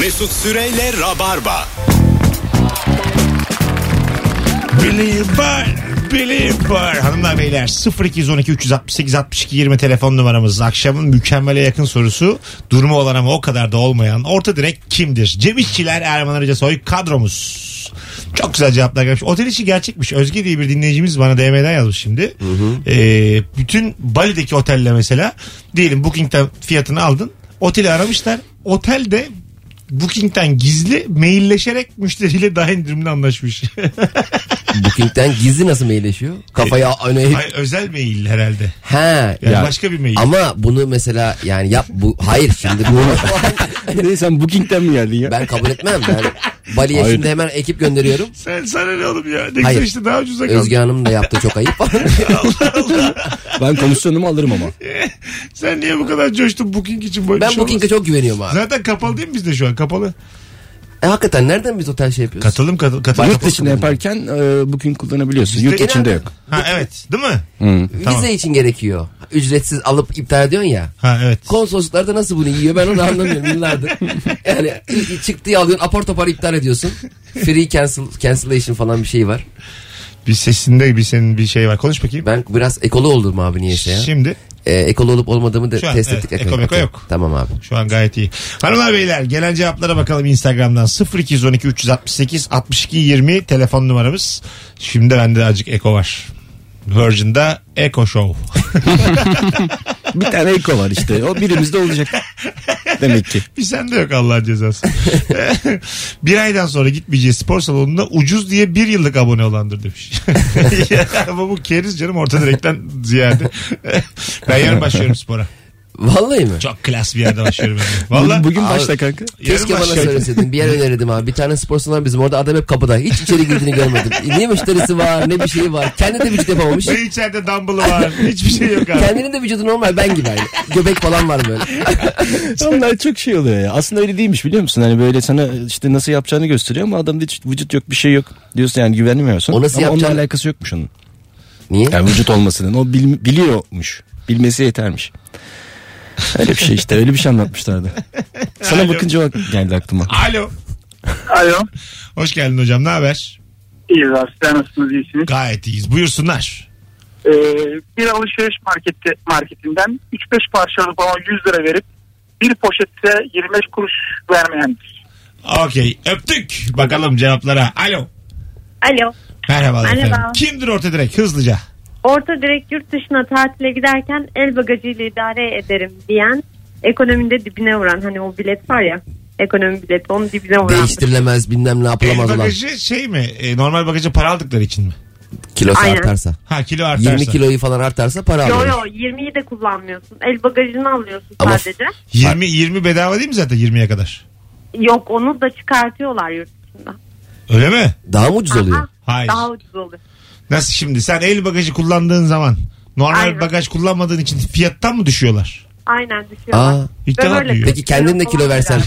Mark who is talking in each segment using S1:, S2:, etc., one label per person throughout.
S1: Mesut Süreyle Rabarba.
S2: Believer, believer. Hanımlar beyler 0212 368 62 20 telefon numaramız. Akşamın mükemmele yakın sorusu. Durumu olan ama o kadar da olmayan orta direk kimdir? Cem İşçiler, Erman Arıca Soy kadromuz. Çok güzel cevaplar gelmiş. Otel işi gerçekmiş. Özge diye bir dinleyicimiz bana DM'den yazmış şimdi. Ee, bütün Bali'deki otelle mesela diyelim Booking'den fiyatını aldın. Oteli aramışlar. Otel de Booking'den gizli mailleşerek müşteriyle daha indirimli anlaşmış.
S3: Booking'den gizli nasıl mailleşiyor? Kafaya öne eğip-
S2: Hayır, özel mail herhalde.
S3: Ha.
S2: E, Yani
S3: ya.
S2: başka bir mail.
S3: Ama bunu mesela yani yap bu hayır şimdi bunu
S4: Ne sen Booking'den mi geldin ya?
S3: ben kabul etmem. Yani Bali'ye
S4: Hayır.
S3: şimdi hemen ekip gönderiyorum.
S2: Sen sana ne oğlum ya? Ne
S3: Hayır.
S2: güzel işte daha ucuza kaldı.
S3: Özge Hanım da yaptı çok ayıp.
S4: Ben komisyonumu alırım ama.
S2: Sen niye bu kadar coştun booking için böyle
S3: ben
S2: şey
S3: Booking'e
S2: olmaz.
S3: çok güveniyorum abi.
S2: Zaten kapalı değil mi bizde şu an? Kapalı.
S3: E, hakikaten nereden biz otel şey yapıyoruz?
S2: Katılım katıl katıl.
S4: Yurt dışında yaparken e, Booking kullanabiliyorsun. Yurt
S2: Genelde-
S4: içinde yok.
S2: Ha evet. Değil mi?
S3: Vize
S2: Tamam.
S3: için gerekiyor. Ücretsiz alıp iptal ediyorsun ya.
S2: Ha evet.
S3: Konsolosluklarda nasıl bunu yiyor ben onu anlamıyorum yıllardır. Yani i- i- çıktığı alıyorsun apar topar iptal ediyorsun. Free cancel, cancellation falan bir şey var.
S2: Bir sesinde bir senin bir şey var. Konuş bakayım.
S3: Ben biraz ekolu oldum abi niyeyse ya.
S2: Şimdi
S3: Ee, ekolu olup olmadığımı da
S2: Şu an,
S3: test
S2: evet,
S3: ettik.
S2: ekol mekol yok.
S3: Tamam abi.
S2: şu an gayet iyi. Hanımlar beyler gelen cevaplara bakalım Instagram'dan 0212 368 62 20 telefon numaramız. Şimdi bende de azıcık eko var. Virgin'da Eko Show.
S4: Bir tane eko var işte. O birimizde olacak. Demek ki.
S2: Bir sende yok Allah cezası. bir aydan sonra gitmeyeceği spor salonuna ucuz diye bir yıllık abone olandır demiş. Ya, Ama bu keriz canım orta direkten ziyade. ben yarın başlıyorum spora.
S3: Vallahi mi?
S2: Çok klas bir yerde başlıyorum. ben de. Vallahi
S4: Bugün
S3: Abi-
S4: başla kanka.
S2: yarın
S3: Keşke bana
S2: başlıyorum.
S3: söyleseydin. Bir yer önerirdim abi. Bir tane spor salonu var bizim orada adam hep kapıda. Hiç içeri girdiğini görmedim. Ne müşterisi var ne bir şeyi var. Kendi de vücut yapamamış.
S2: Ve içeride dumbbell'ı var. Hiçbir şey yok abi.
S3: Kendinin de vücudu normal ben gibi yani. Göbek falan var böyle.
S4: Onlar çok şey oluyor ya. Aslında öyle değilmiş biliyor musun? Hani böyle sana işte nasıl yapacağını gösteriyor ama adamda hiç vücut yok bir şey yok. Diyorsun yani güvenmiyorsun.
S3: O nasıl
S4: ama
S3: yapacağını- E-
S4: onunla alakası yokmuş onun.
S3: Niye?
S4: Yani vücut olmasının. O bil- biliyormuş. Bilmesi yetermiş. Öyle bir şey işte. Öyle bir şey anlatmışlardı. Sana bakınca o geldi aklıma.
S2: Alo.
S5: Alo.
S2: Hoş geldin hocam. Ne haber?
S5: İyiyiz abi. Sizler nasılsınız? İyisiniz.
S2: Gayet iyiyiz. Buyursunlar.
S5: Ee, bir alışveriş marketi, marketinden 3-5 parça alıp ama 100 lira verip bir poşette 25 kuruş vermeyendir.
S2: Okey. Öptük. Bakalım cevaplara. Alo.
S6: Alo.
S2: Merhabalar
S6: Merhaba.
S2: efendim. Kimdir orta direkt? Hızlıca.
S6: Orta direkt yurt dışına tatile giderken el bagajıyla idare ederim diyen ekonomide dibine vuran hani o bilet var ya ekonomi bileti onun dibine vuran.
S3: Değiştirilemez bilmem ne
S2: El
S3: yapılamaz olan.
S2: bagajı şey mi? E, normal bagaja para aldıkları için mi?
S3: Kilosu
S6: Aynen.
S3: artarsa.
S2: Ha kilo artarsa.
S3: 20 kiloyu falan artarsa para
S6: Yo
S3: alıyor.
S6: yo 20'yi de kullanmıyorsun. El bagajını alıyorsun
S3: Ama-
S6: sadece.
S2: 20, 20 bedava değil mi zaten 20'ye kadar?
S6: Yok onu da çıkartıyorlar yurt dışında.
S2: Öyle mi?
S3: Daha mı ucuz oluyor?
S6: Aha,
S2: Hayır.
S6: Daha ucuz oluyor.
S2: Nasıl şimdi? Sen el bagajı kullandığın zaman normal
S6: Aynen.
S2: bagaj kullanmadığın için fiyattan mı düşüyorlar?
S6: Aynen düşüyorlar.
S3: Aa,
S2: İlk
S6: Ben
S2: defa
S6: öyle-
S2: duyuyorum.
S3: peki kendin de kilo versen.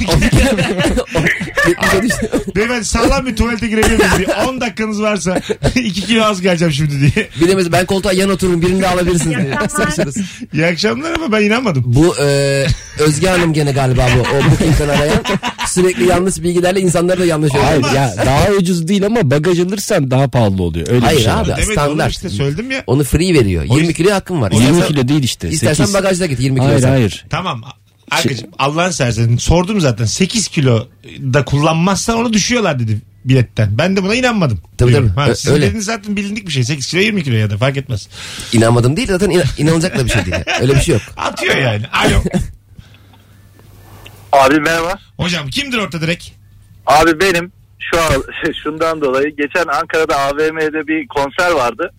S2: Beyefendi sağlam bir tuvalete girebilir miyiz diye. 10 dakikanız varsa 2 kilo az geleceğim şimdi diye.
S3: Bilemez ben koltuğa yan otururum birini de alabilirsiniz diye.
S6: Yakamaz.
S3: Saçlarız.
S2: İyi akşamlar ama ben inanmadım.
S3: Bu e, Özge Hanım gene galiba bu. O Booking'den arayan sürekli yanlış bilgilerle insanları da yanlış
S4: Hayır
S3: öğretiyor.
S4: ya daha ucuz değil ama bagaj alırsan daha pahalı oluyor. Öyle
S3: Hayır
S4: bir şey
S3: abi.
S4: var.
S3: Ya,
S2: Demek
S3: standart.
S2: standart. işte söyledim ya.
S3: Onu free veriyor. 20 kilo hakkım var.
S4: 20
S3: İstersen,
S4: kilo değil işte.
S3: istersen
S4: sekiz.
S3: bagajda git 20 kilo.
S4: Hayır
S3: sen.
S4: hayır.
S2: Tamam.
S3: Şey-
S2: Arkacığım Allah'ın serseni sordum zaten 8 kilo da kullanmazsan onu düşüyorlar dedi biletten. Ben de buna inanmadım.
S3: Tabii,
S2: Diyorum.
S3: tabii. Ö-
S2: sizin
S3: öyle.
S2: dediğiniz zaten bilindik bir şey. 8 kilo 20 kilo ya da fark etmez.
S3: İnanmadım değil zaten inan- inanılacak da bir şey değil. Öyle bir şey yok.
S2: Atıyor yani. Alo.
S7: Abi merhaba.
S2: Hocam kimdir orta direkt?
S7: Abi benim şu an şundan dolayı geçen Ankara'da AVM'de bir konser vardı.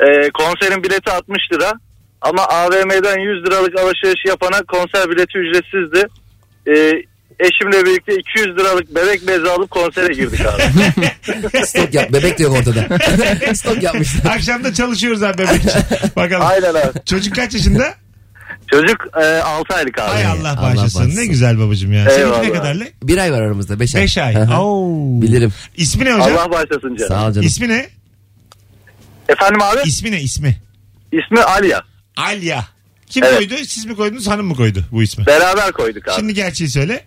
S7: Ee, konserin bileti 60 lira ama AVM'den 100 liralık alışveriş yapana konser bileti ücretsizdi. Ee, eşimle birlikte 200 liralık bebek bezi alıp konsere girdik abi.
S3: Stok yap. Bebek de yok ortada. Stok yapmışlar.
S2: Akşam da çalışıyoruz abi bebek için. Bakalım.
S7: Aynen abi.
S2: Çocuk kaç yaşında?
S7: Çocuk e, 6 aylık abi.
S2: Ay
S3: Ay,
S2: Allah
S3: Allah
S2: bağışlasın. Ne
S3: bağışlasın.
S2: güzel babacığım ya. Seninki ne
S7: Eyvallah.
S2: kadarlı?
S3: Bir ay var aramızda. Beş ay.
S2: 5 ay.
S3: Hı hı.
S2: Oo.
S3: Bilirim.
S2: İsmi ne hocam?
S7: Allah başlasın canım.
S3: Sağ ol canım.
S2: İsmi ne?
S7: Efendim abi?
S2: İsmi ne ismi?
S7: İsmi Aliya.
S2: Alya. Kim
S7: Evet.
S2: koydu? Siz mi koydunuz? Hanım mı koydu bu ismi?
S7: Beraber koyduk abi.
S2: Şimdi gerçeği söyle.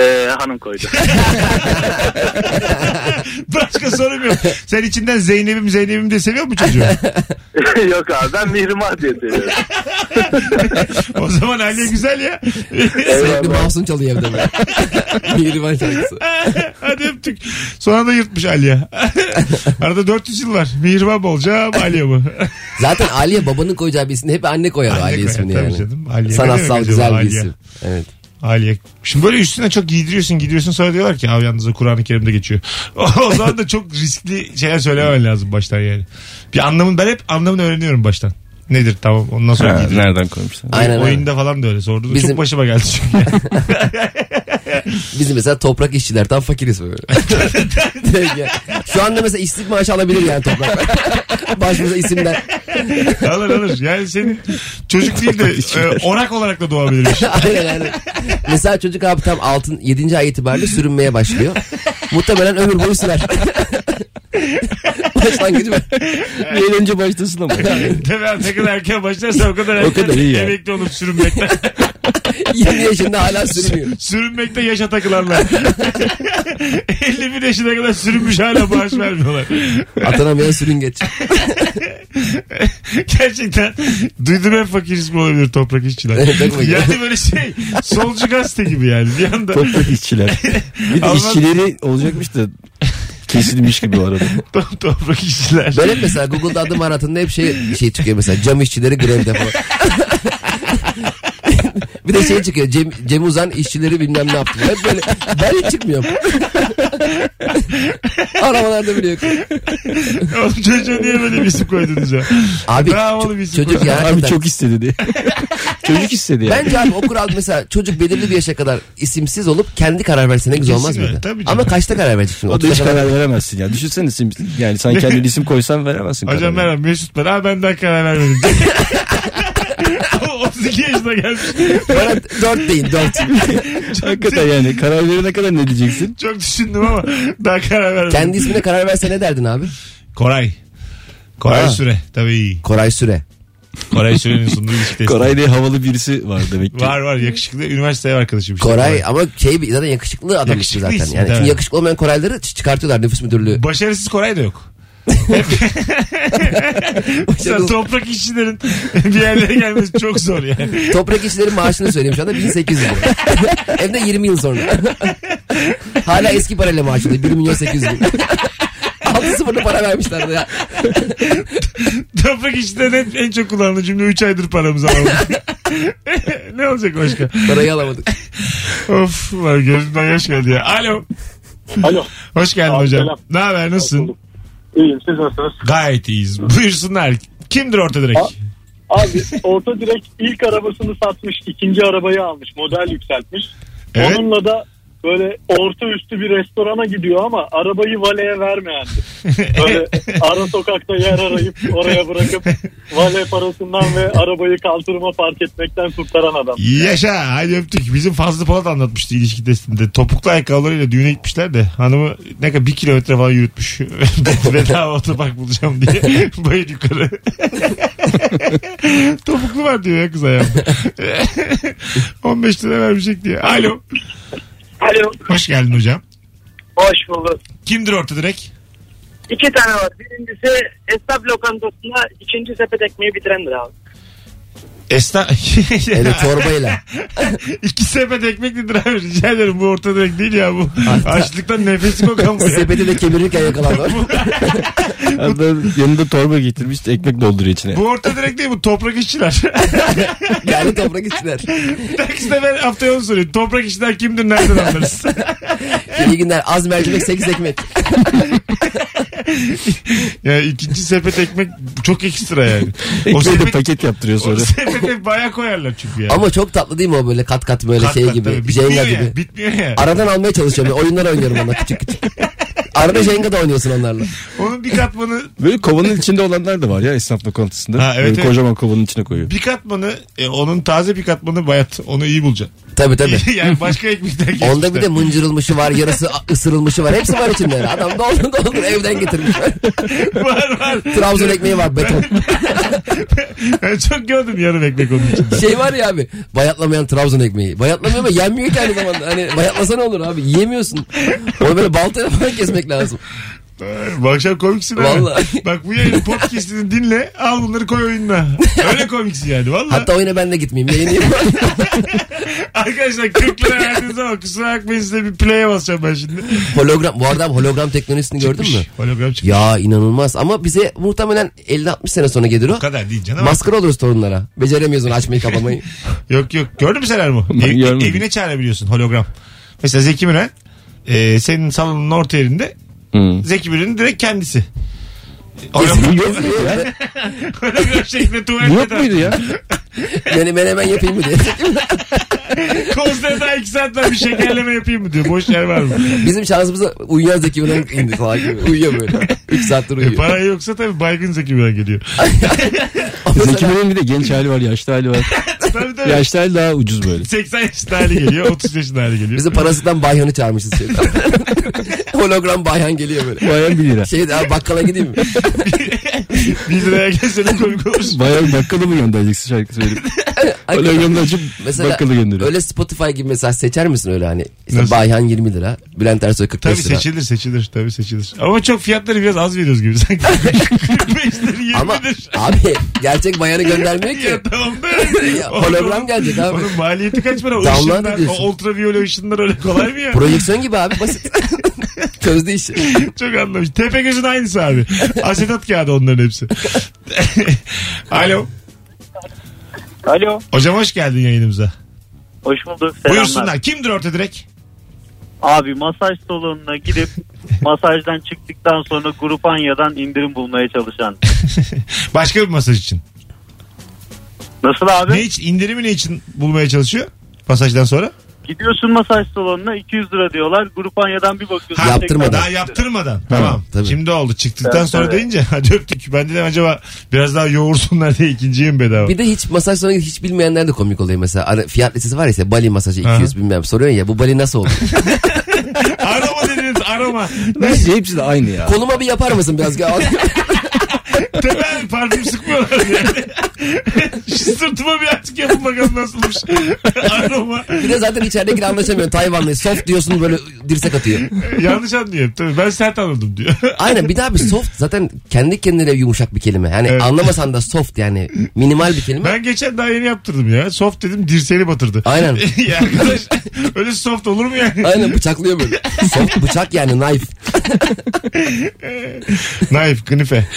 S7: Ee, hanım koydu.
S2: Başka sorum yok. Sen içinden Zeynep'im Zeynep'im de seviyor mu çocuğu?
S7: Yok abi ben Mihrimah diye seviyorum.
S2: o zaman hali güzel ya.
S3: Sürekli Mahsun çalıyor evde böyle. Mihriban şarkısı.
S2: Hadi öptük. Sonra da yırtmış Aliye. Arada 400 yıl var. Mihrimah mı olacağım Aliye mı?
S3: Zaten Aliye babanın koyacağı bir isim. Hep anne koyar
S2: Anne
S3: Aliye
S2: koyar,
S3: ismini
S2: tabii
S3: yani.
S2: canım. Aliye. Ne
S3: Sanatsal
S2: demek
S3: güzel
S2: acaba
S3: bir
S2: Aliye?
S3: isim. Evet.
S2: Aliye. Şimdi böyle üstüne çok giydiriyorsun giydiriyorsun sonra diyorlar ki abi yalnız o Kur'an-ı Kerim'de geçiyor. o zaman da çok riskli şeyler söylememen lazım baştan yani. Bir anlamını ben hep anlamını öğreniyorum baştan. Nedir tamam ondan sonra
S4: Ha,
S2: giydiriyorum.
S4: nereden koymuşlar?
S3: Aynen öyle.
S2: Oyunda falan da öyle sordu. Çok
S3: Bizim-
S2: başıma geldi çünkü.
S3: Bizim mesela toprak işçiler tam fakiriz böyle. Direkt ya. Şu anda mesela işsizlik maaşı alabilir yani toprak. Başımıza isimden.
S2: alır alır. Yani senin çocuk değil de e, orak olarak da doğabilir.
S3: Aynen aynen. Mesela çocuk abi tam altın 7. ay itibariyle sürünmeye başlıyor. Muhtemelen ömür boyu sürer. Başlangıcı var.
S4: Bir an önce başlasın ama.
S2: Tabii abi ne kadar erken başlarsa o kadar erken
S4: kadar iyi ya.
S2: emekli olup sürünmekten.
S3: 20 yaşında hala sürünüyor.
S2: sürünmekte yaşa takılanlar. 51 yaşına kadar sürünmüş hala bağış vermiyorlar.
S3: Atanamayan sürüngeç.
S2: Gerçekten duydum en fakir ismi olabilir toprak işçiler.
S3: Evet, çok fakir.
S2: yani böyle şey solcu gazete gibi yani bir anda.
S4: Toprak işçiler. Bir de
S2: Alman-
S4: işçileri olacakmış da kesilmiş gibi bu arada.
S2: Top- toprak işçiler.
S3: Böyle mesela Google'da adım aratında hep şey şey çıkıyor mesela cam işçileri grevde falan. bir de şey çıkıyor Cem, Cem Uzan işçileri bilmem ne yaptı. Hep böyle ben hiç çıkmıyorum. Aramalarda bile yok.
S2: Oğlum çocuğa niye böyle bir isim koydunuz ya?
S3: Abi
S2: Bravo oğlum,
S3: ço-
S2: isim
S3: çocuk
S2: koy.
S3: ya.
S4: Abi çok istedi diye. Çocuk istedi yani.
S3: Bence abi o kural mesela çocuk belirli bir yaşa kadar isimsiz olup kendi karar verse ne güzel olmaz
S2: Kesin öyle,
S3: mıydı?
S2: tabii canım.
S3: Ama kaçta karar verecek şimdi?
S4: O da
S3: 30'a
S4: hiç
S3: kadar-
S4: karar veremezsin ya. Düşünsene isim, yani sen kendin isim koysan veremezsin.
S2: Hocam
S4: kararını.
S2: merhaba Mesut ben. Aa ben daha karar vermedim. 32 yaşına gelmiş.
S3: Bana 4 değil 4.
S4: Hakikaten yani karar verene kadar ne diyeceksin?
S2: Çok düşündüm ama daha karar vermedim.
S3: Kendi ismine karar verse ne derdin abi?
S2: Koray. Koray
S3: Aa.
S2: Süre. Tabii.
S3: Koray Süre.
S2: Koray Süre'nin sunduğu ilişkidesi.
S4: Koray diye havalı birisi var demek ki.
S2: Var var yakışıklı üniversite ev arkadaşım. işte.
S3: Koray ama şey bir- zaten yakışıklı adam
S2: Yakışıklı
S3: işte zaten.
S2: isim,
S3: Yani
S2: evet.
S3: çünkü yakışıklı olmayan Korayları çı- çıkartıyorlar nüfus müdürlüğü.
S2: Başarısız Koray da yok. Sen toprak işçilerin bir yerlere gelmesi çok zor yani.
S3: Toprak işçilerin maaşını söyleyeyim şu anda 1800 lira. Hem de 20 yıl sonra. Hala eski parayla maaş alıyor 1 milyon 800 bin. 6 sıfırlı para vermişler ya.
S2: Toprak işçilerin en, en çok kullanılan cümle 3 aydır paramızı alamadık. ne olacak başka?
S3: Parayı alamadık.
S2: Of var gözümden yaş geldi ya. Alo.
S8: Alo.
S2: Hoş geldin
S8: Abi,
S2: hocam.
S8: selam.
S2: Ne haber nasılsın?
S8: bulduk. İyiyim siz nasılsınız?
S2: Gayet iyiyiz. Buyursunlar. Kimdir orta direkt?
S8: Aa. Abi orta direkt ilk arabasını satmış ikinci arabayı almış model yükseltmiş.
S2: Evet.
S8: Onunla da böyle orta üstü bir restorana gidiyor ama arabayı valeye vermeyendi. Böyle ara sokakta yer arayıp oraya bırakıp vale parasından ve arabayı kaldırıma park etmekten kurtaran adam.
S2: Yaşa hadi öptük. Bizim Fazlı Polat anlatmıştı ilişki testinde. Topuklu ayakkabılarıyla düğüne gitmişler de hanımı ne kadar bir kilometre falan yürütmüş. Bedava otopark bulacağım diye. Bayır yukarı. Topuklu var diyor ya kız ayağımda. 15 lira vermişek diye. Alo.
S5: Alo,
S2: Hoş geldin hocam.
S5: hoş bulduk.
S2: Kimdir orta direkt?
S5: İki tane var. Birincisi esnaf lokantasında ikinci sepet ekmeği bitirendir abi.
S2: Esna...
S3: Öyle çorbayla.
S2: İki sepet ekmek nedir abi? Rica ederim bu orta direkt değil ya bu. Açlıktan nefesi kokan bu. ya.
S3: Sepeti de kemirirken yakalandı.
S4: Hatta yanında torba getirmiş ekmek dolduruyor içine.
S2: Bu orta direkt değil bu toprak işçiler.
S3: Yani toprak işçiler.
S2: Herkes de ben haftaya onu soruyor. Toprak işler kimdir nereden anlarız?
S3: İyi günler az mercimek 8 ekmek.
S2: ya ikinci sepet ekmek çok ekstra yani. o
S4: Ekmeği de
S2: sepet,
S4: paket yaptırıyor
S2: o
S4: sonra.
S2: sepete baya koyarlar çünkü yani.
S3: Ama çok tatlı değil mi o böyle kat kat böyle
S2: Kat
S3: şey
S2: kat
S3: gibi.
S2: tabii.
S3: Jenga
S2: Bitmiyor ya.
S3: gibi.
S2: Bitmiyor ya.
S3: Aradan almaya çalışıyorum. Oyunlar oynuyorum ona küçük küçük. Arada Jenga da oynuyorsun onlarla.
S2: Onun bir katmanı
S4: Böyle kovanın içinde olanlar da var ya esnaf lokantısında.
S2: Ha, evet,
S4: Böyle
S2: evet.
S4: Kocaman kovanın içine koyuyor.
S2: bir katmanı e, onun taze bir katmanı bayat. Onu iyi bulacaksın.
S3: Tabii tabii.
S2: yani başka ekmekten geçmişler.
S3: Onda bir de mıncırılmışı var, yarısı ısırılmışı var. Hepsi var içinde. Adam doldur doldur evden getirmiş.
S2: var var.
S3: Trabzon ekmeği var beton.
S2: Ben çok gördüm yarım ekmek onun için.
S3: Şey var ya abi bayatlamayan Trabzon ekmeği. Bayatlamıyor ama yenmiyor ki aynı zamanda. Hani bayatlasa ne olur abi yiyemiyorsun. Onu böyle baltayla falan kesmek lazım.
S2: Bu akşam komiksin ama.
S3: Vallahi.
S2: Bak bu yayını podcastini dinle. Al bunları koy oyununa. Öyle komiksin yani valla.
S3: Hatta oyuna ben de gitmeyeyim. Yayınlayayım.
S2: Arkadaşlar 40 lira verdiğiniz zaman kusura bakmayın size bir play'e basacağım ben şimdi.
S3: hologram. Bu arada hologram teknolojisini gördün mü?
S2: Hologram çıkmış.
S3: Ya inanılmaz ama bize muhtemelen 50-60 sene sonra gelir o.
S2: O kadar değil canım.
S3: Maskara oluruz torunlara. Beceremiyorsun açmayı kapamayı.
S2: Yok yok. Gördün mü sen Ermo?
S4: Ben
S2: Ev-
S4: görmedim.
S2: evine çağırabiliyorsun hologram. Mesela Zeki Müren e, senin salonun orta yerinde
S4: Hı.
S2: Zeki Müren'in direkt kendisi.
S3: Kesin.
S2: Hologram,
S3: Kesin.
S2: hologram şeklinde
S4: Bu yok
S2: tuvalette de.
S4: muydu ya?
S3: Yani menemen yapayım mı diye.
S2: Konsere daha iki saat var bir şekerleme yapayım mı diyor. Boş yer var mı?
S3: Bizim şansımıza uyuyan Zeki Müren indi falan gibi. Uyuyor böyle. 3
S2: E,
S3: saattir uyuyor.
S2: parayı yoksa tabii baygın Zeki Müren geliyor.
S4: Zeki Müren'in bir de genç hali var, yaşlı hali var.
S2: tabii tabii.
S4: yaşlı hali daha ucuz böyle.
S2: 80 yaşında hali geliyor. 30 yaşında hali geliyor.
S3: Bizim parasından Bayhan'ı çağırmışız. Şeyden. Hologram Bayhan geliyor böyle.
S4: Bayan 1 lira.
S3: Şey de abi bakkala gideyim mi?
S2: 1 liraya gelse de komik olur.
S4: Bayan bakkalı mı göndereceksin şarkı söyleyip? Öyle göndereceğim
S3: Mesela
S4: bakkalı gönderiyor.
S3: öyle Spotify gibi mesela seçer misin öyle hani? İşte
S2: Nasıl?
S3: Bayhan 20 lira, Bülent Ersoy 45
S2: Tabii
S3: lira.
S2: seçilir seçilir tabii seçilir. Ama çok fiyatları biraz az veriyoruz gibi sanki. 45'leri 20'dir.
S3: Ama abi gerçek Bayhan'ı göndermiyor ki.
S2: Ya tamam da.
S3: Ya, hologram gelecek abi.
S2: Onun maliyeti kaç para? O
S3: Download
S2: ışınlar,
S3: ediyorsun.
S2: o ultraviyole ışınlar öyle kolay mı ya?
S3: Projeksiyon gibi abi basit. Çözdü işi.
S2: Çok anlamış. Tepegöz'ün aynısı abi. Asetat kağıdı onların hepsi. Alo.
S5: Alo.
S2: Hocam hoş geldin yayınımıza.
S5: Hoş bulduk. Selamlar.
S2: Buyursunlar. Kimdir orta direk?
S5: Abi masaj salonuna gidip masajdan çıktıktan sonra Grupanya'dan indirim bulmaya çalışan.
S2: Başka bir masaj için.
S5: Nasıl abi?
S2: Ne için? indirimi ne için bulmaya çalışıyor? Masajdan sonra.
S5: Gidiyorsun masaj salonuna 200 lira diyorlar. Grupanya'dan bir bakıyorsun.
S3: Ha, Yaptırmadan.
S2: Daha yaptırmadan. Tamam.
S3: tabii.
S2: Şimdi oldu. Çıktıktan
S5: Evet,
S2: sonra
S5: evet.
S2: deyince hadi öptük. Ben dedim acaba biraz daha yoğursunlar diye ikinciye mi bedava?
S3: Bir de hiç masaj sonra hiç bilmeyenler de komik oluyor mesela. Ara- fiyat listesi var ya işte Bali masajı
S2: Aha.
S3: 200 bilmem soruyorsun ya bu Bali nasıl oldu?
S2: aroma dediniz aroma.
S4: Bence hepsi de aynı ya.
S3: Koluma bir yapar mısın biraz?
S2: Temel parfüm sıkmıyorlar yani. Şu sırtıma bir artık yapın bakalım nasılmış. aroma.
S3: bir de zaten içerideki anlaşamıyor Tayvanlı. Soft diyorsun böyle dirsek atıyor.
S2: Yanlış anlıyor. Tabii ben sert anladım diyor.
S3: Aynen bir daha bir soft zaten kendi kendine yumuşak bir kelime. Yani
S2: Evet.
S3: anlamasan da soft yani minimal bir kelime.
S2: Ben geçen daha yeni yaptırdım ya. Soft dedim dirseğini batırdı.
S3: Aynen.
S2: ya arkadaş öyle soft olur mu yani?
S3: Aynen bıçaklıyor böyle. Soft bıçak yani knife.
S2: Naif, knife.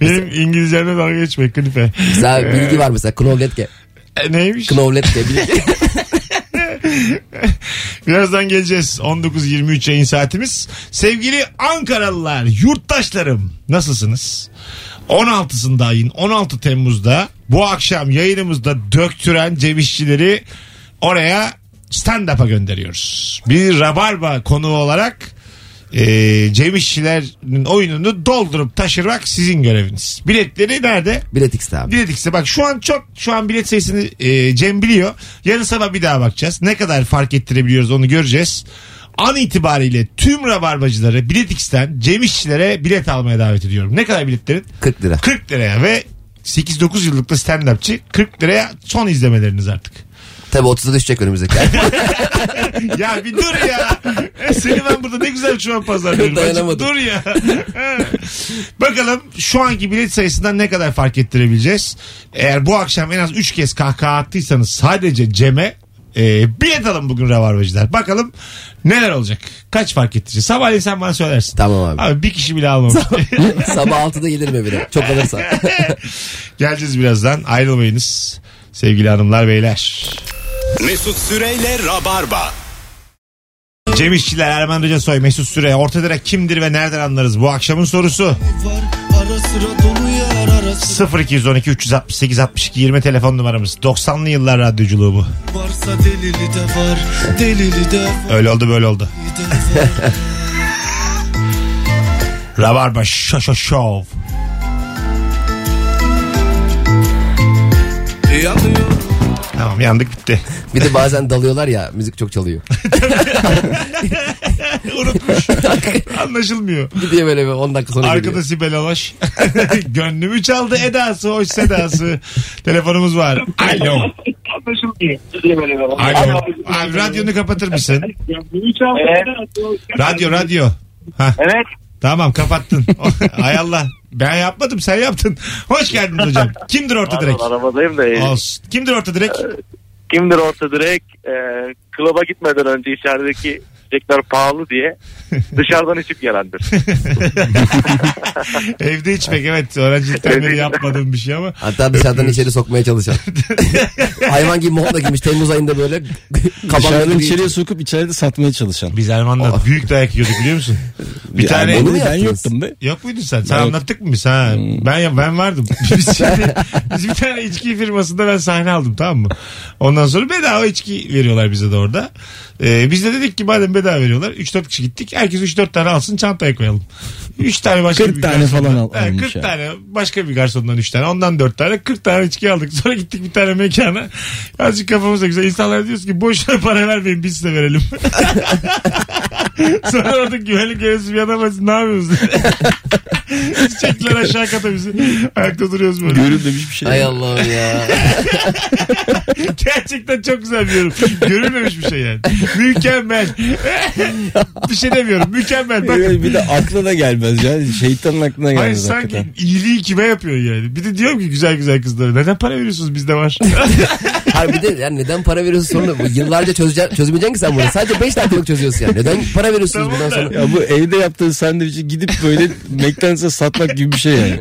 S2: Benim İngilizcemle dalga geçme knife.
S3: Mesela bilgi var mesela knowledge.
S2: E, Neymiş?
S3: Knowledge bilgi.
S2: Birazdan geleceğiz. 19.23 yayın saatimiz. Sevgili Ankaralılar, yurttaşlarım nasılsınız? 16'sında ayın 16 Temmuz'da bu akşam yayınımızda döktüren cemişçileri oraya stand-up'a gönderiyoruz. Bir rabarba konuğu olarak e, Cem İşçiler'in oyununu doldurup taşırmak sizin göreviniz. Biletleri nerede?
S3: Bilet X'te abi.
S2: Bilet X'te bak şu an çok şu an bilet sayısını e, Cem biliyor. Yarın sabah bir daha bakacağız. Ne kadar fark ettirebiliyoruz onu göreceğiz. An itibariyle tüm rabarbacıları Bilet X'ten Cem İşçilere bilet almaya davet ediyorum. Ne kadar biletlerin?
S3: 40 lira.
S2: 40 liraya ve 8-9 yıllık da stand-upçı 40 liraya son izlemeleriniz artık.
S3: Tabii 30'a düşecek önümüzdeki. ay.
S2: Ya bir dur ya. E, Seni ben burada ne güzel şu an pazarlıyorum.
S3: Dayanamadım.
S2: Dur ya. E. Bakalım şu anki bilet sayısından ne kadar fark ettirebileceğiz. Eğer bu akşam en az 3 kez kahkaha attıysanız sadece Cem'e e, bilet alın bugün Rabarbacılar. Bakalım neler olacak. Kaç fark ettireceğiz. Sabahleyin sen bana söylersin.
S3: Tamam abi.
S2: Abi bir kişi bile almamış.
S3: Sabah 6'da gelirim evine. Çok alırsa.
S2: Geleceğiz birazdan. Ayrılmayınız. Sevgili hanımlar beyler.
S1: Mesut Süreyle Rabarba.
S2: Cem İşçiler, Erman Hoca Soy, Mesut Süre, Orta Direk kimdir ve nereden anlarız bu akşamın sorusu.
S9: sırası
S2: 0212 368 62 20 telefon numaramız. 90'lı yıllar radyoculuğu bu.
S9: varsa delili de var. Delili de var.
S2: Öyle oldu böyle oldu.
S9: de var.
S2: Rabarba şaşa şov.
S9: Yanıyor.
S2: Tamam yandık bitti.
S3: Bir de bazen dalıyorlar ya müzik çok çalıyor.
S2: Unutmuş. Anlaşılmıyor.
S3: Gidiyor böyle bir 10 dakika sonra
S2: Arkada
S3: geliyor.
S2: Sibel Alaş. Gönlümü çaldı edası hoş sedası. Telefonumuz var. Alo. Alo. Abi, radyonu kapatır mısın?
S5: Ee,
S2: Radyo radyo. Hah.
S7: Evet.
S2: Tamam kapattın. Ay Allah. Ben yapmadım sen yaptın. Hoş geldiniz hocam. Kimdir orta direk?
S7: Pardon, arabadayım da. e,
S2: Olsun. Kimdir orta direk?
S7: Kimdir orta direk? E, klaba gitmeden önce içerideki içecekler pahalı diye dışarıdan içip gelendir.
S2: Evde içmek evet. Öğrencilikten beri yapmadığım bir şey ama.
S3: Hatta dışarıdan içeri sokmaya çalışan. Hayvan gibi mont da giymiş. Temmuz ayında böyle
S4: Dışarıdan
S3: kabanlarını
S4: içeriye sokup içeride satmaya çalışan.
S2: Biz Erman'la büyük dayak yiyorduk biliyor musun? Bir
S4: Yani
S2: tane
S3: onu mu
S4: ben
S3: yaptınız?
S4: yoktum be.
S2: Yok muydun sen? Sen
S4: Yok. Hmm.
S2: anlattık mı biz? Ha? Ben ben vardım. Biz, şimdi- biz bir tane içki firmasında ben sahne aldım tamam mı? Ondan sonra bedava içki veriyorlar bize de orada. Ee, biz de dedik ki madem bedava veriyorlar 3-4 kişi gittik. Herkes 3-4 tane alsın çantaya koyalım. 3 tane başka
S4: 40
S2: bir
S4: tane
S2: garsondan-
S4: falan al-
S2: Ha,
S4: almış
S2: 40
S4: yani.
S2: tane başka bir garsondan 3 tane. Ondan 4 tane 40 tane içki aldık. Sonra gittik bir tane mekana. Azıcık kafamıza güzel. İnsanlara diyoruz ki boşuna para vermeyin biz size verelim. Sonra orada güvenlik görevlisi bir adam açtı, ne yapıyorsunuz? Çektiler aşağı kata bizi. Ayakta duruyoruz böyle.
S4: Görülmemiş bir şey.
S3: Ay Allah'ım ya.
S2: Gerçekten çok güzel bir yorum. Görülmemiş bir şey yani. Mükemmel. bir şey demiyorum. Mükemmel. Bakın.
S4: Yani bir de akla da gelmez yani. Şeytanın aklına
S2: Hayır
S4: gelmez
S2: sanki
S4: hakikaten.
S2: iyiliği kime yapıyor yani? Bir de diyorum ki güzel güzel kızlara neden para veriyorsunuz bizde var.
S3: Hayır bir de yani neden para veriyorsun sonra bu yıllarca çözeceksin, çözmeyeceksin ki sen bunu. Sadece 5 dakikalık çözüyorsun yani. Neden para veriyorsunuz
S2: Tamam
S3: bundan
S2: da-
S3: sonra?
S4: Ya bu evde yaptığın sandviçi gidip böyle McDonald's'a satmak gibi bir şey yani.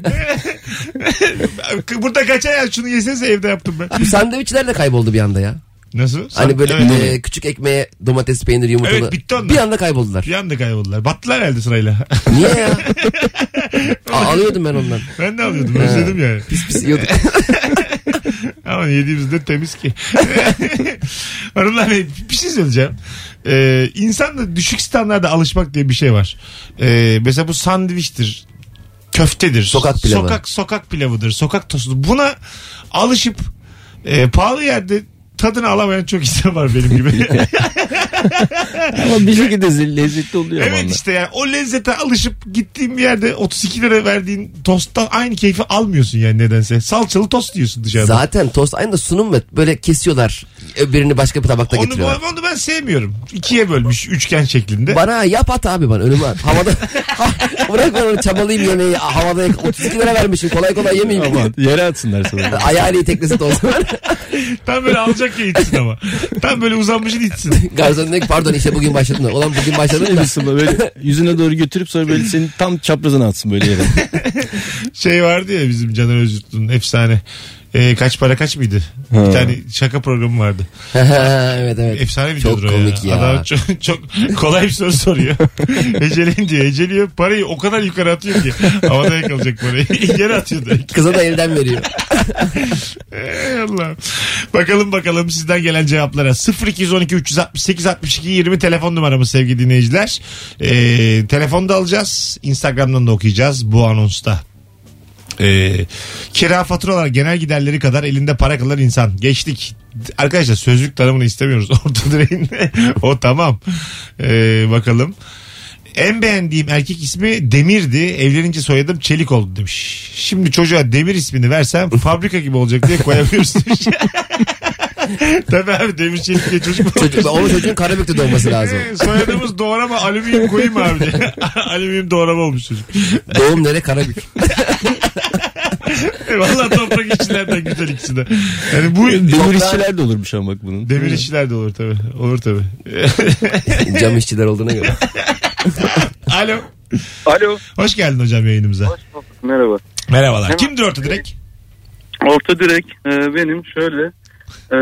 S2: Burada kaça ya şunu yeseniz evde yaptım ben.
S3: Bu sandviçler de kayboldu bir anda ya.
S2: Nasıl?
S3: Hani böyle
S2: evet,
S3: e, küçük ekmeğe domates, peynir, yumurtalı.
S2: Evet, bitti onlar.
S3: bir anda kayboldular.
S2: bir anda kayboldular. Battılar herhalde sırayla.
S3: Niye ya? A- alıyordum ben ondan.
S2: ben de alıyordum. Özledim yani.
S3: Pis pis yiyorduk.
S2: Ama yediğimiz de temiz ki. Hanımlar bey bir şey söyleyeceğim. Ee, insanla düşük standarda alışmak diye bir şey var. Ee, mesela bu sandviçtir. Köftedir.
S3: Sokak pilavı.
S2: Sokak, sokak pilavıdır. Sokak tostu. Buna alışıp e, pahalı yerde tadını alamayan çok insan var benim gibi.
S4: Ama bir şekilde lezzetli oluyor ama.
S2: evet işte yani o lezzete alışıp gittiğim bir yerde 32 lira verdiğin tosttan aynı keyfi almıyorsun yani nedense. Salçalı tost diyorsun dışarıda.
S3: Zaten tost aynı da sunum mu? Böyle kesiyorlar. Öbürünü başka bir tabakta
S2: onu,
S3: getiriyorlar.
S2: onu ben sevmiyorum. İkiye bölmüş üçgen şeklinde.
S3: Bana yap at abi bana önüme at. Havada bırak ben onu çabalayayım yemeği. Havada yak- 32 lira vermişim kolay kolay yemeyeyim.
S4: Aman yere atsınlar sana.
S3: Ayağını teknesi de olsun.
S2: Tam böyle alacak ya içsin ama. Tam böyle uzanmışın içsin.
S3: Garson diyor ki pardon işte bugün başladın da. Ulan bugün başladın mı?
S4: Aslında böyle yüzüne doğru götürüp sonra böyle senin tam çaprazına atsın böyle yere.
S2: Şey vardı ya bizim Caner Özgürt'ün efsane. Ee, kaç para kaç mıydı? Bir tane şaka programı vardı.
S3: evet evet.
S2: Efsane bir
S3: Çok komik ya.
S2: Adam çok, çok kolay bir soru soruyor. Eceleyin diyor. Eceliyor. Parayı o kadar yukarı atıyor ki. Havada yakalacak parayı. Yere atıyor direkt.
S3: Kıza da elden veriyor.
S2: Ey Allah. Bakalım bakalım sizden gelen cevaplara. 0212 368 62 20 telefon numaramız sevgili dinleyiciler. Ee, telefonda alacağız. Instagram'dan da okuyacağız bu anonsta. Ee, kira faturalar genel giderleri kadar elinde para kalan insan. Geçtik. Arkadaşlar sözlük tanımını istemiyoruz. Orta direğin. o tamam. Ee, bakalım. En beğendiğim erkek ismi Demir'di. Evlenince soyadım Çelik oldu demiş. Şimdi çocuğa Demir ismini versem fabrika gibi olacak diye koyamıyoruz demiş. Tabii abi Demir Çelik diye çocuk mu?
S3: Çocuk, onun çocuğun Karabük'te doğması lazım.
S2: Ee, Soyadımız doğrama alüminyum koyayım mı abi diye. alüminyum doğrama olmuş çocuk.
S3: Doğum nere Karabük.
S2: Valla toprak işçilerden güzel ikisi de. Yani bu
S4: Demir işçiler de olurmuş ama bak bunun.
S2: demir işçiler de olur tabii. Olur tabii.
S3: Cam işçiler olduğuna göre.
S2: Alo.
S7: Alo.
S2: Hoş geldin hocam yayınımıza.
S7: Merhaba.
S2: Merhabalar. Kimdir orta direkt?
S7: Orta direk e, benim şöyle e,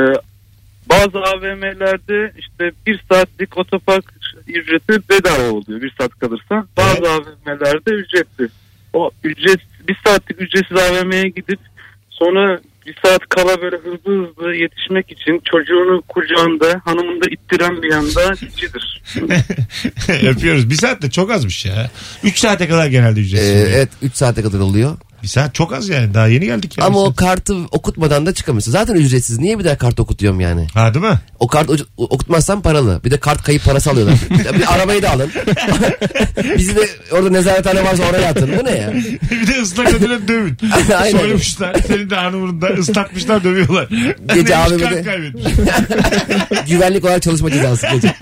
S7: bazı AVM'lerde işte bir saatlik otopark ücreti bedava oluyor bir saat kalırsa. Bazı AVM'lerde ücretli. O ücret
S5: bir saatlik ücretsiz AVM'ye gidip sonra bir saat kala böyle hızlı hızlı yetişmek için çocuğunu kucağında hanımını da ittiren bir yanda içidir.
S2: Öpüyoruz. Bir saat de çok azmış ya. 3 saate kadar genelde
S3: Ee,
S2: ücretsiz. oluyor.
S3: evet 3 saate kadar oluyor.
S2: Bir saat çok az yani. Daha yeni geldik ya.
S3: Ama
S2: Bir
S3: o
S2: saat.
S3: kartı okutmadan da çıkamıyorsun. Zaten ücretsiz. Niye bir daha kart okutuyorum yani?
S2: Ha değil mi?
S3: O kart ucu- okutmazsan paralı. Bir de kart kayıp parası alıyorlar. bir de arabayı da alın. Bizi de orada nezarethane varsa oraya atın. Bu ne ya?
S2: bir de ıslak ödüle dövün.
S3: Aynen.
S2: Soymuşlar. Senin de hanımını da ıslatmışlar dövüyorlar.
S3: Gece
S2: Neymiş,
S3: AVM'de.
S2: kan kaybetmiş.
S3: Güvenlik olarak çalışma cezası gece.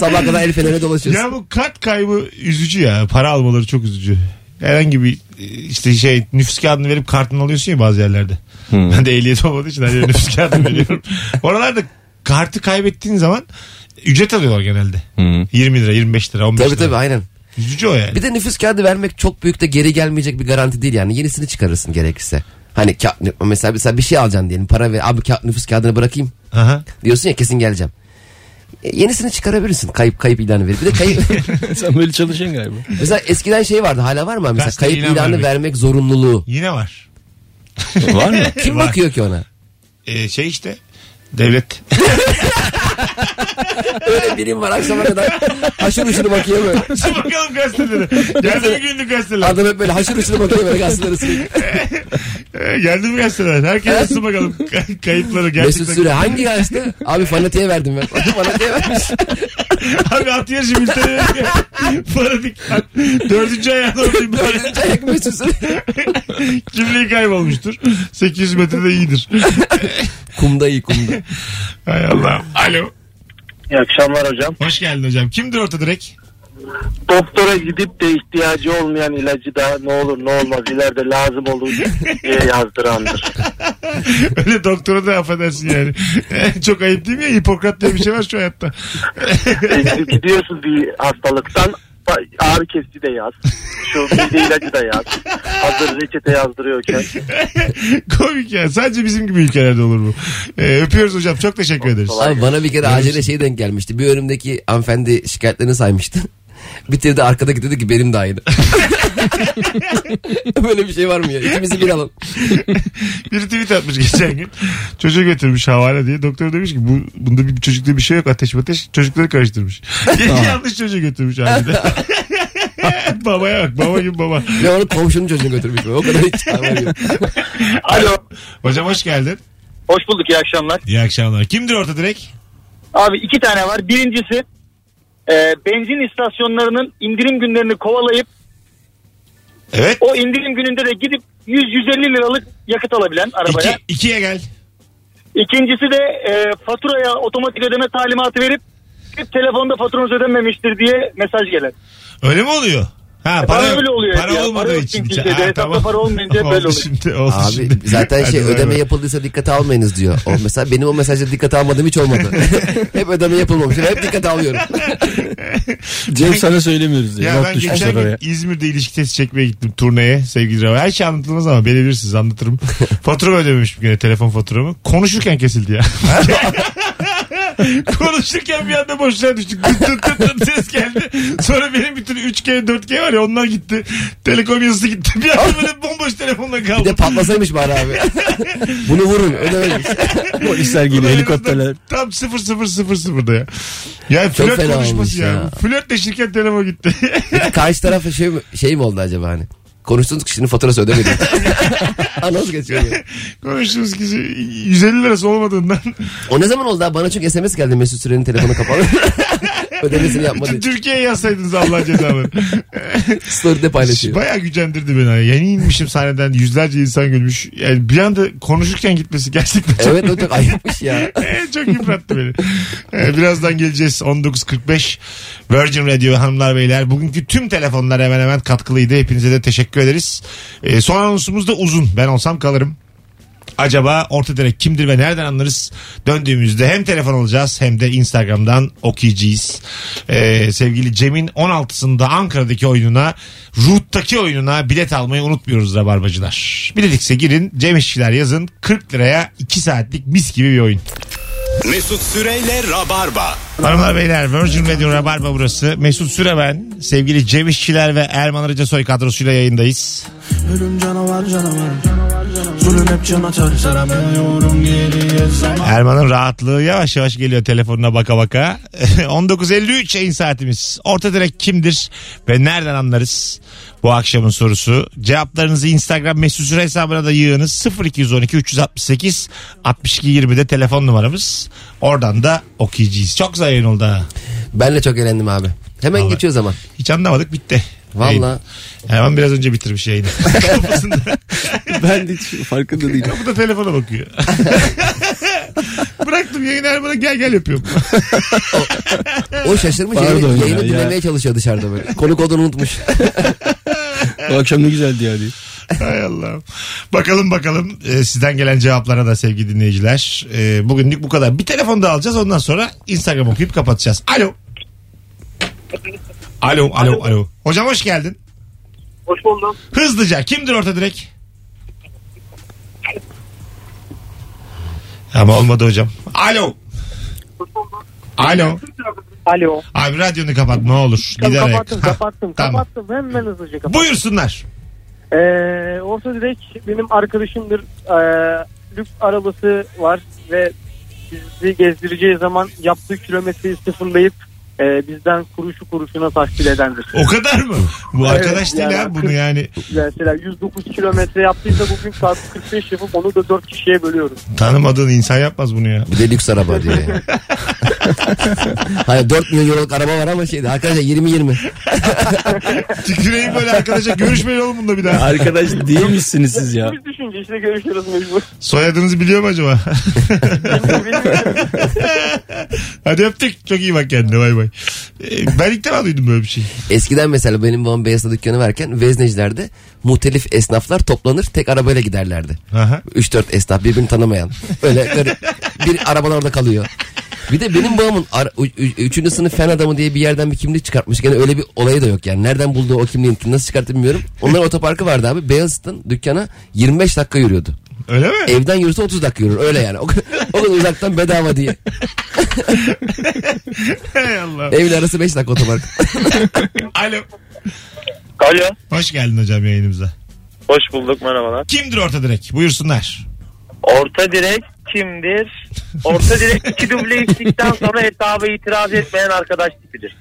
S3: Sabah kadar el fenere dolaşıyorsun.
S2: Ya bu kart kaybı üzücü ya. Para almaları çok üzücü. Herhangi bir e, işte şey nüfus kağıdını verip kartını alıyorsun ya bazı yerlerde. Ben de ehliyet olmadığı için her yere nüfus kağıdını veriyorum. Oralarda kartı kaybettiğin zaman ücret alıyorlar genelde. 20 lira, 25 lira, 15
S3: Tabii
S2: lira.
S3: tabii aynen.
S2: Üzücü o yani.
S3: Bir de nüfus kağıdı vermek çok büyük de geri gelmeyecek bir garanti değil yani. Yenisini çıkarırsın gerekirse. Hani ka- mesela, mesela bir şey alacaksın diyelim. Para ve abi ka- nüfus kağıdını bırakayım.
S2: Aha.
S3: Diyorsun ya kesin geleceğim. E, yenisini çıkarabilirsin. Kayıp kayıp ilanı verip. Bir de kayıp
S4: Sen böyle çalışıyorsun galiba.
S3: mesela eskiden şey vardı hala var mı? abi? Mesela
S2: Gazete
S3: kayıp
S2: ilan
S3: ilanı
S2: vermek.
S3: vermek zorunluluğu.
S2: Yine var.
S4: Var mı?
S3: Kim
S2: Var.
S3: bakıyor ki ona?
S2: E, şey işte devlet.
S3: Öyle birim var akşama kadar haşır uşur bakıyor böyle.
S2: Şu bakalım gazetelere. Geldi mi günlük gazeteler?
S3: Adam hep böyle haşır uşur bakıyor böyle gazeteleri sürekli.
S2: E, Geldi mi gazeteler? Herkes yazsın bakalım kay- kayıpları
S3: Mesut
S2: gerçekten.
S3: Süre hangi yaşta? Abi fanatiğe verdim ben. fanatiğe vermiş.
S2: Abi at yarışı bülteni. Paradik. Dördüncü ayağına olayım bari.
S3: Dördüncü ayak Mesut Süre.
S2: Kimliği kaybolmuştur. 800 metrede iyidir.
S3: Kumda iyi kumda.
S2: Hay Allah'ım. Alo.
S7: İyi akşamlar hocam.
S2: Hoş geldin hocam. Kimdir orta direk?
S7: Doktora gidip de ihtiyacı olmayan ilacı da ne olur ne olmaz ileride lazım olur diye yazdırandır.
S2: Öyle doktora da affedersin yani. Çok ayıp değil mi ya? Hipokrat diye bir şey var şu hayatta.
S7: E, Gidiyorsun bir hastalıktan "Ba- ağrı kesici de yaz. Şu mide ilacı da yaz. Hazır reçete yazdırıyorken.
S2: Komik ya. Sadece bizim gibi ülkelerde olur bu. Ee, öpüyoruz hocam. Çok teşekkür ederiz.
S3: Abi bana bir kere acele şey denk gelmişti. Bir önümdeki hanımefendi şikayetlerini saymıştı. Bitirdi arkadaki dedi ki benim de aynı. Böyle bir şey var mı ya? İkimizi bir alın.
S2: Biri tweet atmış geçen gün. Çocuğu götürmüş havale diye. Doktor demiş ki bu, bunda bir çocukta bir şey yok ateş ateş. Çocukları karıştırmış. Yanlış çocuğu götürmüş halinde. Babaya bak. Baba gibi baba.
S3: Ve onu komşunun çocuğunu götürmüş. O kadar hiç haber yok.
S7: Alo.
S2: Hocam hoş geldin.
S7: Hoş bulduk iyi akşamlar.
S2: İyi akşamlar. Kimdir orta direk?
S7: Abi iki tane var. Birincisi e, benzin istasyonlarının indirim günlerini kovalayıp
S2: Evet.
S7: o indirim gününde de gidip 100-150 liralık yakıt alabilen arabaya.
S2: İki, ikiye gel.
S7: İkincisi de e, faturaya otomatik ödeme talimatı verip "Hep telefonda faturanız ödenmemiştir diye mesaj gelen.
S2: Öyle mi oluyor? Ha,
S7: E, para öyle oluyor
S2: Para
S7: ya. Para
S2: olmadığı
S7: yok
S2: için.
S7: çünkü şeyde. Hesapta para olmayınca
S2: Oldu
S7: böyle oluyor.
S2: Şimdi, oldu
S3: Abi
S2: şimdi.
S3: zaten şey
S2: Hadi bay
S3: ödeme
S2: bay.
S3: yapıldıysa dikkate almayınız diyor. O mesela benim o mesajda dikkate almadığım hiç olmadı. hep ödeme yapılmamış. Hep dikkate alıyorum.
S4: Cem sana söylemiyoruz diye.
S2: Ya
S4: Not
S2: ben
S4: düşmüş
S2: geçen gün
S4: oraya.
S2: İzmir'de ilişki testi çekmeye gittim turneye sevgili Rava. Her şey anlatılmaz ama beni bilirsiniz anlatırım. Faturamı ödememişim gene telefon faturamı. Konuşurken kesildi ya. Konuşurken bir anda boşluğa düştük. Tıt tıt tıt tıt ses geldi. Sonra benim bütün 3G 4G var ya onlar gitti. Telekom yazısı gitti. Bir anda böyle bomboş telefonla
S3: Bir de
S2: kaldım.
S3: patlasaymış bari abi. Bunu vurun ödememiş.
S4: Polisler
S2: Ulan
S4: geliyor
S2: en
S4: helikopterler.
S2: azından Tam 0000'da ya. Ya
S3: Çok
S2: flört
S3: fena
S2: konuşması
S3: olmuş
S2: ya.
S3: ya.
S2: Flörtle şirket telefon gitti.
S3: Karşı tarafa şey, mi- şey mi oldu acaba hani? Konuştuğunuz kişinin faturası ödemedi. Anons geçiyor. ya.
S2: Konuştuğumuz kişi 150 lirası olmadığından
S3: O ne zaman oldu abi? Bana çok SMS geldi Mesut Süren'in telefonu kapalı. Ödemesini yapmadı.
S2: bütün Türkiye'ye yazsaydınız Allah cezaları.
S3: Story'de paylaşıyor.
S2: Baya gücendirdi beni. Yeni inmişim sahneden yüzlerce insan gülmüş. Yani bir anda konuşurken gitmesi gerçekten çok
S3: Evet o çok ayıpmış ya.
S2: Ee, Çok yıprattı beni. Ee, Birazdan geleceğiz 19.45 Virgin Radio hanımlar beyler. Bugünkü tüm telefonlar hemen hemen katkılıydı. Hepinize de teşekkür ederiz. Ee, Son anonsumuz da uzun. Ben olsam kalırım. Acaba orta direk kimdir ve nereden anlarız? Döndüğümüzde hem telefon alacağız hem de Instagram'dan okuyacağız. Ee, sevgili Cem'in 16'sında Ankara'daki oyununa, Root'taki oyununa bilet almayı unutmuyoruz Rabarbacılar. Biletix'e girin, Cem İşçiler yazın. 40 liraya 2 saatlik mis gibi bir oyun.
S1: Mesut Süreyle Rabarba.
S2: Hanımlar beyler Virgin Radio Rabarba burası. Mesut Süre ben. Sevgili Cem İşçiler ve Erman Arıca Soy kadrosuyla yayındayız.
S9: Ölüm canavar canavar Zulüm hep can atar Saramıyorum geriye zaman
S2: Erman'ın rahatlığı yavaş yavaş geliyor telefonuna baka baka. 19.53 yayın saatimiz. Orta direk kimdir ve nereden anlarız? Bu akşamın sorusu. Cevaplarınızı Instagram mesut süre hesabına da yığınız. 0212 368 62 20'de telefon numaramız. Oradan da okuyacağız. Çok güzel yayın oldu ha.
S3: Ben de çok eğlendim abi. Hemen
S2: Vallahi.
S3: geçiyor zaman.
S2: Hiç anlamadık bitti.
S3: Vallahi.
S2: Yayın. Erman biraz önce bitirmiş yayını. Kafasında.
S4: Ben de hiç farkında değilim.
S2: Bu da telefona bakıyor. Bıraktım yayını Erman'a gel gel yapıyorum.
S3: O şaşırmış
S4: Pardon
S3: yayını,
S4: ya,
S3: yayını
S4: ya.
S3: dinlemeye çalışıyor dışarıda böyle. Konuk olduğunu unutmuş.
S4: Bu akşam ne güzeldi ya diye.
S2: Hay Allah'ım. Bakalım bakalım e, sizden gelen cevaplara da sevgili dinleyiciler. E, bugünlük bu kadar. Bir telefon daha alacağız ondan sonra Instagram okuyup kapatacağız. Alo. Alo alo alo. Hocam hoş geldin.
S5: Hoş buldum.
S2: Hızlıca kimdir orta direk? Ama olmadı hocam. Alo. Alo.
S5: Alo.
S2: Abi radyonu kapat ne olur. Gider ayak.
S5: kapattım,
S2: Ha,
S5: kapattım,
S2: tamam.
S5: kapattım. Hemen hızlıca kapattım.
S2: Buyursunlar.
S5: Ee, orta direk benim arkadaşımdır. Ee, lüks arabası var ve bizi gezdireceği zaman yaptığı kilometreyi sıfırlayıp e, bizden kuruşu kuruşuna takdir edendir.
S2: O kadar mı? Bu
S5: Evet,
S2: arkadaş değil
S5: yani
S2: ha bunu yani.
S5: Mesela 109 kilometre yaptıysa bugün saat 45 yapıp onu da 4 kişiye bölüyoruz.
S2: Tanımadığın insan yapmaz bunu ya.
S3: Bir de lüks araba diyor ya. Hayır 4 milyon euroluk araba var ama şeydi arkadaşlar 20-20.
S2: Tüküreyim böyle arkadaşa görüşmeyin oğlum bunda bir daha.
S4: Arkadaş değil misiniz siz ya?
S5: Biz düşünce işte görüşürüz mecbur.
S2: Soyadınızı biliyor mu acaba? Hadi öptük. Çok iyi bak kendine bay bay. Ee, Ben ilk defa duydum böyle bir şey.
S3: Eskiden mesela benim babam Beyaz'da dükkanı varken veznecilerde muhtelif esnaflar toplanır tek arabayla giderlerdi.
S2: Aha.
S3: 3-4 esnaf birbirini tanımayan. Böyle, böyle bir arabalar orada kalıyor. Bir de benim babamın 3. sınıf fen adamı diye bir yerden bir kimlik çıkartmış. Gene öyle bir olayı da yok yani. Nereden bulduğu o kimliği nasıl çıkarttı bilmiyorum. Onların otoparkı vardı abi. Beyazıt'ın dükkana 25 dakika yürüyordu.
S2: Öyle mi?
S3: Evden yürüse 30 dakika yürür. Öyle yani. O kadar, o kadar uzaktan bedava diye.
S2: Hey Allah.
S3: Evle arası 5 dakika otopark.
S2: Alo.
S7: Alo.
S2: Hoş geldin hocam yayınımıza.
S7: Hoş bulduk merhabalar.
S2: Kimdir orta direk? Buyursunlar.
S7: Orta direk kimdir? Orta direk iki duble içtikten sonra hesabı itiraz etmeyen arkadaş tipidir.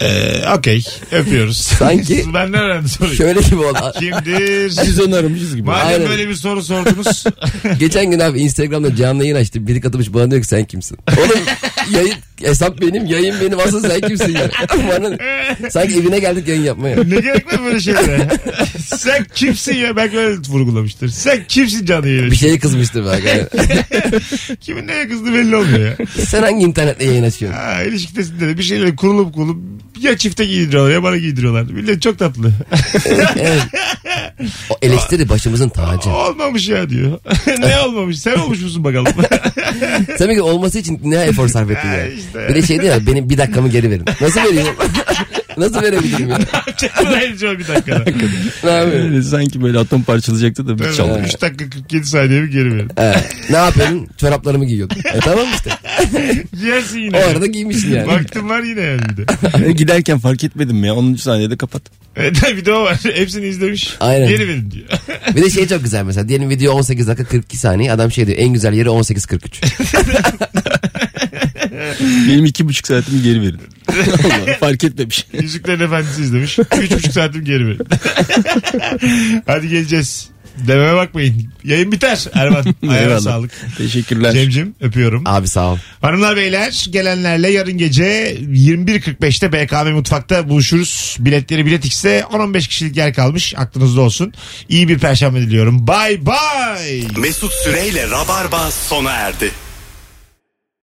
S2: Ee, Okey. Öpüyoruz.
S3: Sanki-
S2: Benden önemli soruyu.
S3: Şöyle gibi oldu.
S2: Kimdir?
S4: Siz onu aramışız gibi.
S2: Madem
S3: Aynen.
S2: böyle bir soru sordunuz.
S3: Geçen gün abi Instagram'da canlı yayın açtım. Biri katılmış bana diyor ki sen kimsin? Oğlum yayın hesap benim yayın benim asıl sen kimsin ya? Bana, ne? sanki evine geldik yayın yapmaya.
S2: ne gerek var böyle şeylere? Sen kimsin ya? Belki öyle vurgulamıştır. Sen kimsin canı yeri?
S3: Bir şey- şeye kızmıştı belki.
S2: Kimin neye kızdı belli olmuyor ya.
S3: sen hangi internetle yayın açıyorsun?
S2: Ha, ilişkidesinde de bir şeyler kurulup kurulup ya çifte giydiriyorlar ya bana giydiriyorlar. Millet çok tatlı.
S3: Evet. O eleştiri başımızın tacı.
S2: olmamış ya diyor. ne olmamış? Sen olmuş musun bakalım?
S3: Tabii ki olması için ne efor sarf ettin
S2: Ha,
S3: ya.
S2: işte.
S3: Bir de şey diyor ya benim bir dakikamı geri verin. Nasıl vereyim? Nasıl verebilirim ya?
S2: Ayrıca bir dakika.
S3: Ne yapıyorsun?
S4: Öyle sanki böyle atom parçalayacaktı da bir çaldı.
S2: 3 dakika 47 saniye bir geri verin.
S3: Ee, ne yapıyorsun? Çoraplarımı giyiyordum. E, tamam işte.
S2: Giyersin
S3: O
S2: yine.
S3: arada giymişsin yani.
S2: Baktım var yine yani bir de.
S4: Giderken fark etmedim ya. 10. saniyede kapat.
S2: Evet, E, bir de o var. Hepsini izlemiş.
S3: Aynen.
S2: Geri verin diyor.
S3: Bir de şey çok güzel mesela. Diyelim video 18 dakika 42 saniye. Adam şey diyor en güzel yeri 18.43.
S4: Benim iki buçuk saatimi geri verin. Allah, fark etmemiş.
S2: Yüzüklerin Efendisi izlemiş. Üç buçuk saatim geri verin. Hadi geleceğiz. Dememe bakmayın. Yayın biter. Erman. Ayağına
S4: Eyvallah.
S2: sağlık.
S4: Teşekkürler.
S2: Cemcim öpüyorum.
S3: Abi sağ ol.
S2: Hanımlar beyler gelenlerle yarın gece 21.45'te BKM Mutfak'ta buluşuruz. Biletleri Bilet X'te 10-15 kişilik yer kalmış. Aklınızda olsun. İyi bir perşembe diliyorum. Bay bay.
S1: Mesut Süreyle Rabarba sona erdi.